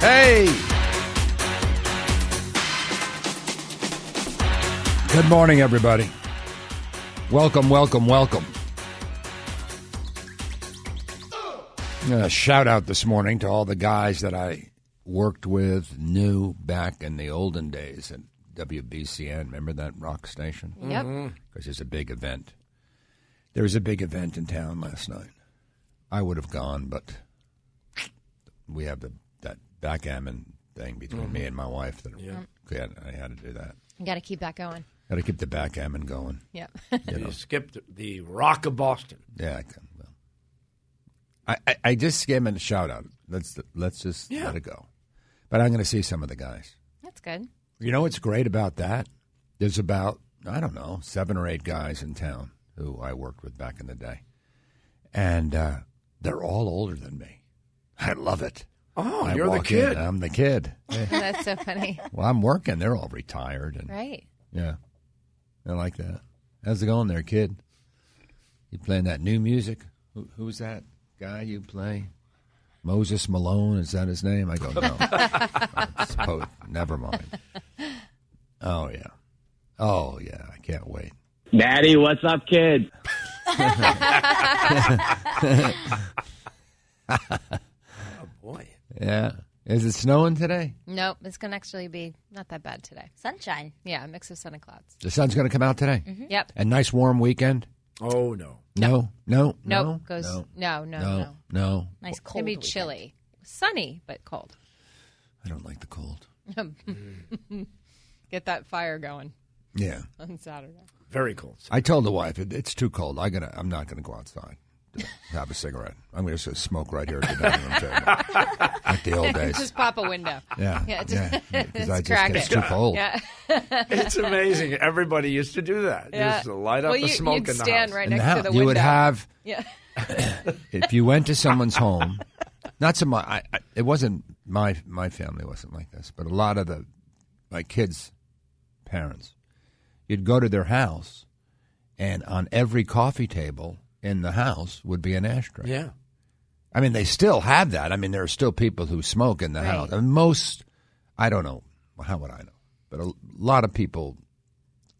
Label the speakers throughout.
Speaker 1: Hey! Good morning, everybody. Welcome, welcome, welcome. A shout out this morning to all the guys that I worked with, knew back in the olden days at WBCN. Remember that rock station?
Speaker 2: Yep. Mhm.
Speaker 1: Because it's a big event. There was a big event in town last night. I would have gone, but we have the that backgammon thing between me and my wife that
Speaker 2: Yeah.
Speaker 1: I had- I had to do that.
Speaker 2: You got to keep that going.
Speaker 1: Got to keep the backgammon going.
Speaker 2: Yep.
Speaker 1: You know?
Speaker 3: You skipped the Rock of Boston.
Speaker 1: Yeah, I can. Well, I, I, I just gave him a shout out. Let's let's just
Speaker 3: Yeah.
Speaker 1: let it go. But I'm going to see some of the guys.
Speaker 2: That's good.
Speaker 1: You know what's great about that? There's about I don't know seven or eight guys in town who I worked with back in the day, and uh, they're all older than me. I love it.
Speaker 3: Oh,
Speaker 1: I
Speaker 3: you're the
Speaker 1: walk in,
Speaker 3: kid.
Speaker 1: I'm the kid.
Speaker 2: That's so funny.
Speaker 1: well, I'm working. They're all retired, and
Speaker 2: Right.
Speaker 1: yeah, I like that. How's it going there, kid? You playing that new music? Who, who's that guy you play? Moses Malone is that his name? I go no. I suppose, never mind. Oh yeah, oh yeah. I can't wait.
Speaker 4: Daddy, what's up, kid?
Speaker 3: Oh, Boy.
Speaker 1: Yeah. Is it snowing today?
Speaker 2: Nope. It's going to actually be not that bad today.
Speaker 5: Sunshine.
Speaker 2: Yeah, a mix of sun and clouds.
Speaker 1: The sun's going to come out today.
Speaker 2: Yep.
Speaker 1: A nice warm weekend.
Speaker 3: Oh, no.
Speaker 1: No, no, no.
Speaker 2: Nope. Goes
Speaker 1: no,
Speaker 2: no, no, no.
Speaker 1: no, no.
Speaker 5: Nice
Speaker 2: It's
Speaker 5: cold.
Speaker 2: going to be
Speaker 5: weekend.
Speaker 2: chilly. Sunny, but cold.
Speaker 1: I don't like the cold.
Speaker 2: Get that fire going
Speaker 1: Yeah.
Speaker 2: on Saturday.
Speaker 3: Very cold.
Speaker 1: I told the wife it, it's too cold. I gotta. I'm not gonna go outside. to Have a cigarette. I'm gonna just smoke right here at the dining room table, like the old days.
Speaker 2: Just pop a window.
Speaker 1: yeah,
Speaker 2: yeah, just-
Speaker 1: yeah. Because I
Speaker 2: just
Speaker 1: just
Speaker 2: crack
Speaker 1: get it's
Speaker 2: it.
Speaker 1: too cold.
Speaker 2: Yeah.
Speaker 3: It's amazing. Everybody used to do that.
Speaker 2: Yeah.
Speaker 3: Used to light up
Speaker 2: well,
Speaker 3: the
Speaker 2: you,
Speaker 3: smoke
Speaker 2: you'd
Speaker 3: in the
Speaker 2: stand
Speaker 3: house.
Speaker 2: right
Speaker 1: And
Speaker 2: next
Speaker 1: how-
Speaker 2: to the
Speaker 1: you
Speaker 2: window.
Speaker 1: would have
Speaker 2: Yeah.
Speaker 1: if you went to someone's home. Not so much. I, I, it wasn't my my family wasn't like this, but a lot of the my kids' parents, you'd go to their house, and on every coffee table in the house would be an ashtray.
Speaker 3: Yeah.
Speaker 1: I mean, they still have that. I mean, there are still people who smoke in the house. I mean, most, I don't know, well, how would I know? But a lot of people,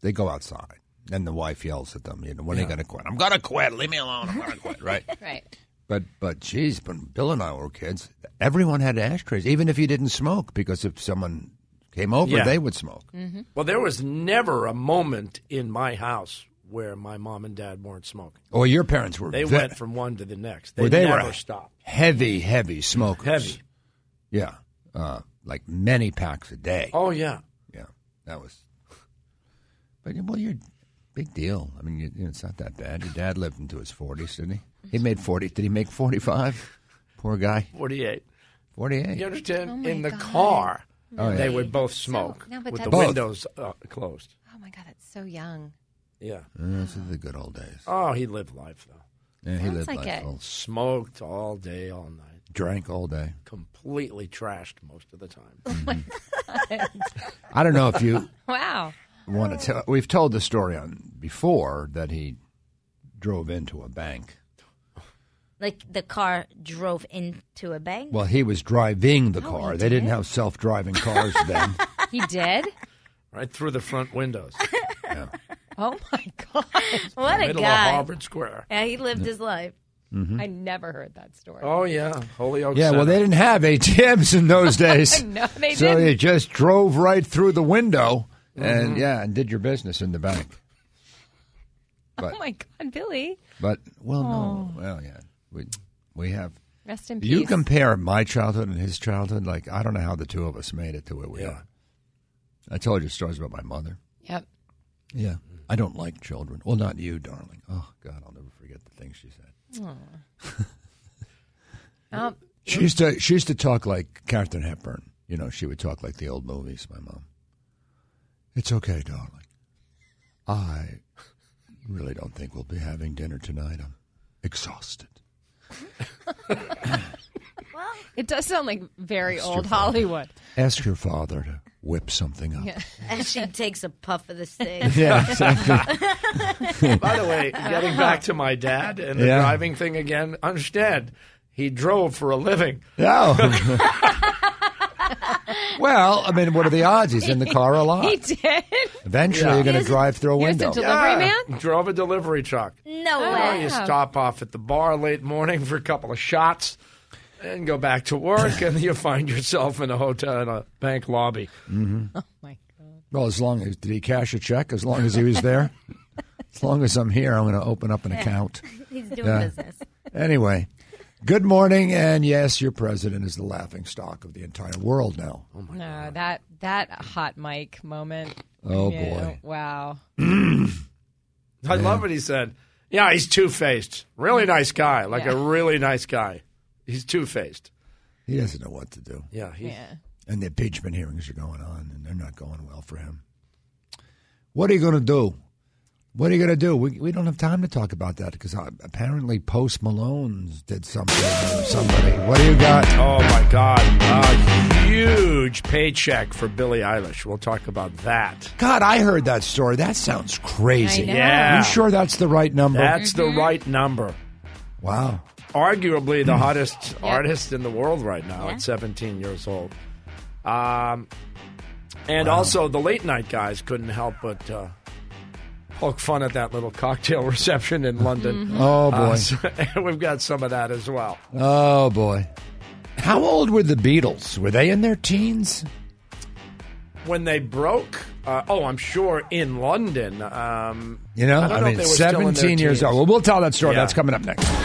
Speaker 1: they go outside, and the wife yells at them, you know, when are you going to quit? I'm going to quit. Leave me alone. I'm going to quit, right?
Speaker 2: Right.
Speaker 1: But, but, geez, when Bill and I were kids, everyone had ashtrays, even if you didn't smoke, because if someone came over,
Speaker 3: Yeah. Mm.
Speaker 1: they would smoke.
Speaker 3: Well, there was never a moment in my house where my mom and dad weren't smoking.
Speaker 1: Or your parents were
Speaker 3: They
Speaker 1: ve-
Speaker 3: went from one to the next. They,
Speaker 1: or they
Speaker 3: never
Speaker 1: were
Speaker 3: stopped.
Speaker 1: heavy, heavy smokers.
Speaker 3: Heavy.
Speaker 1: Yeah. Uh, like many packs a day.
Speaker 3: Oh, yeah.
Speaker 1: Yeah, that was. But well, you're big deal. I mean, you, you know, it's not that bad. Your dad lived into his forties, didn't he? He made forty. Did he make forty-five? Poor guy,
Speaker 3: 48.
Speaker 1: forty-eight. Uh,
Speaker 3: You understand?
Speaker 2: Oh, my
Speaker 3: in the
Speaker 2: God.
Speaker 3: car,
Speaker 1: yeah.
Speaker 3: they would both smoke
Speaker 2: no, but
Speaker 3: with
Speaker 2: that-
Speaker 3: the
Speaker 1: Both.
Speaker 3: windows uh, closed.
Speaker 2: Oh my God, that's so young.
Speaker 3: Yeah.
Speaker 1: Those are the good old days.
Speaker 3: Oh, he lived life, though.
Speaker 1: Yeah, he
Speaker 2: sounds
Speaker 1: lived
Speaker 2: like
Speaker 1: life
Speaker 2: it.
Speaker 1: all-
Speaker 3: Smoked all day, all night.
Speaker 1: drank all day.
Speaker 3: completely trashed most of the time.
Speaker 1: I don't know if you
Speaker 2: Wow.
Speaker 1: want to tell. We've told the story on before that he drove into a bank.
Speaker 5: Like the car drove into a bank.
Speaker 1: Well, he was driving the car. they didn't have self-driving cars then.
Speaker 2: He did?
Speaker 3: right through the front windows,
Speaker 2: Oh my God.
Speaker 5: what a
Speaker 3: middle of
Speaker 5: guy!
Speaker 3: Harvard Square.
Speaker 5: Yeah, he lived his life.
Speaker 2: I never heard that story.
Speaker 3: Mm-hmm. Oh yeah, Holyoke.
Speaker 1: Yeah, well, they
Speaker 3: Center.
Speaker 1: didn't have ATMs in those days.
Speaker 2: No, they
Speaker 1: so
Speaker 2: didn't. Mm-hmm.
Speaker 1: you just drove right through the window and yeah, and did your business in the bank.
Speaker 2: Oh my God, Billy.
Speaker 1: But well,
Speaker 2: Oh.
Speaker 1: no, well, yeah, we we have.
Speaker 2: Rest in peace.
Speaker 1: You compare my childhood and his childhood, like I don't know how the two of us made it to where we
Speaker 3: Yeah.
Speaker 1: are. I told you stories about my mother.
Speaker 2: Yep.
Speaker 1: Yeah, I don't like children. Well, not you, darling. Oh God, I'll never forget the things she said.
Speaker 2: Um,
Speaker 1: She used to she used to talk like Katharine Hepburn. You know, she would talk like the old movies. My mom. It's okay, darling. I really don't think we'll be having dinner tonight. I'm exhausted.
Speaker 2: it does sound like very
Speaker 1: That's
Speaker 2: old
Speaker 1: too far.
Speaker 2: Hollywood.
Speaker 1: Ask your father to whip something up. Yeah,
Speaker 5: And she takes a puff of the stick.
Speaker 1: exactly.
Speaker 3: By the way, getting back to my dad and the
Speaker 1: Yeah.
Speaker 3: driving thing again. Understand? He drove for a living.
Speaker 1: no. Well, I mean, what are the odds? He's in the car a lot.
Speaker 2: He did.
Speaker 1: Eventually, you're going to drive through a
Speaker 2: Here's a
Speaker 1: window.
Speaker 2: del- Delivery
Speaker 3: Yeah,
Speaker 2: man?
Speaker 3: Ah, Drove a delivery truck.
Speaker 5: No
Speaker 3: Now
Speaker 5: way.
Speaker 3: you stop off at the bar late morning for a couple of shots and go back to work, and you find yourself in a hotel in a bank lobby.
Speaker 2: My God.
Speaker 1: well, as long as did he cash a check? As long as he was there. as long as I'm here, I'm going to open up an account.
Speaker 5: He's doing
Speaker 1: Yeah.
Speaker 5: business.
Speaker 1: Anyway, good morning, and yes, your president is the laughing stock of the entire world now.
Speaker 2: No, that that hot mic moment.
Speaker 1: Oh,
Speaker 2: Yeah,
Speaker 1: boy.
Speaker 2: Wow.
Speaker 3: I love what he said. Yeah, he's two faced. Really nice guy. Like a really nice guy. He's two faced.
Speaker 1: He doesn't know what to do.
Speaker 3: Yeah, he's
Speaker 2: Yeah.
Speaker 1: and the impeachment hearings are going on, and they're not going well for him. What are you going to do? What are you going to do? We, we don't have time to talk about that because apparently Post Malone did something or somebody. What do you got?
Speaker 3: Oh my God! A huge paycheck for Billie Eilish. We'll talk about that.
Speaker 1: God, I heard that story. That sounds crazy.
Speaker 2: I know.
Speaker 3: Yeah,
Speaker 1: You sure that's the right number?
Speaker 3: that's the right number.
Speaker 1: wow.
Speaker 3: Arguably the hottest artist in the world right now at 17 years old. Um, and also the late night guys couldn't help but uh, poke fun at that little cocktail reception in London.
Speaker 1: Oh boy.
Speaker 3: Uh, so- and we've got some of that as well.
Speaker 1: oh boy. How old were the Beatles? Were they in their teens?
Speaker 3: When they broke, uh, oh, I'm sure in London. Um,
Speaker 1: You know,
Speaker 3: I don't know if
Speaker 1: mean,
Speaker 3: they were still in their
Speaker 1: seventeen years
Speaker 3: teens.
Speaker 1: old. Well, we'll tell that story.
Speaker 3: Yeah.
Speaker 1: That's coming up next.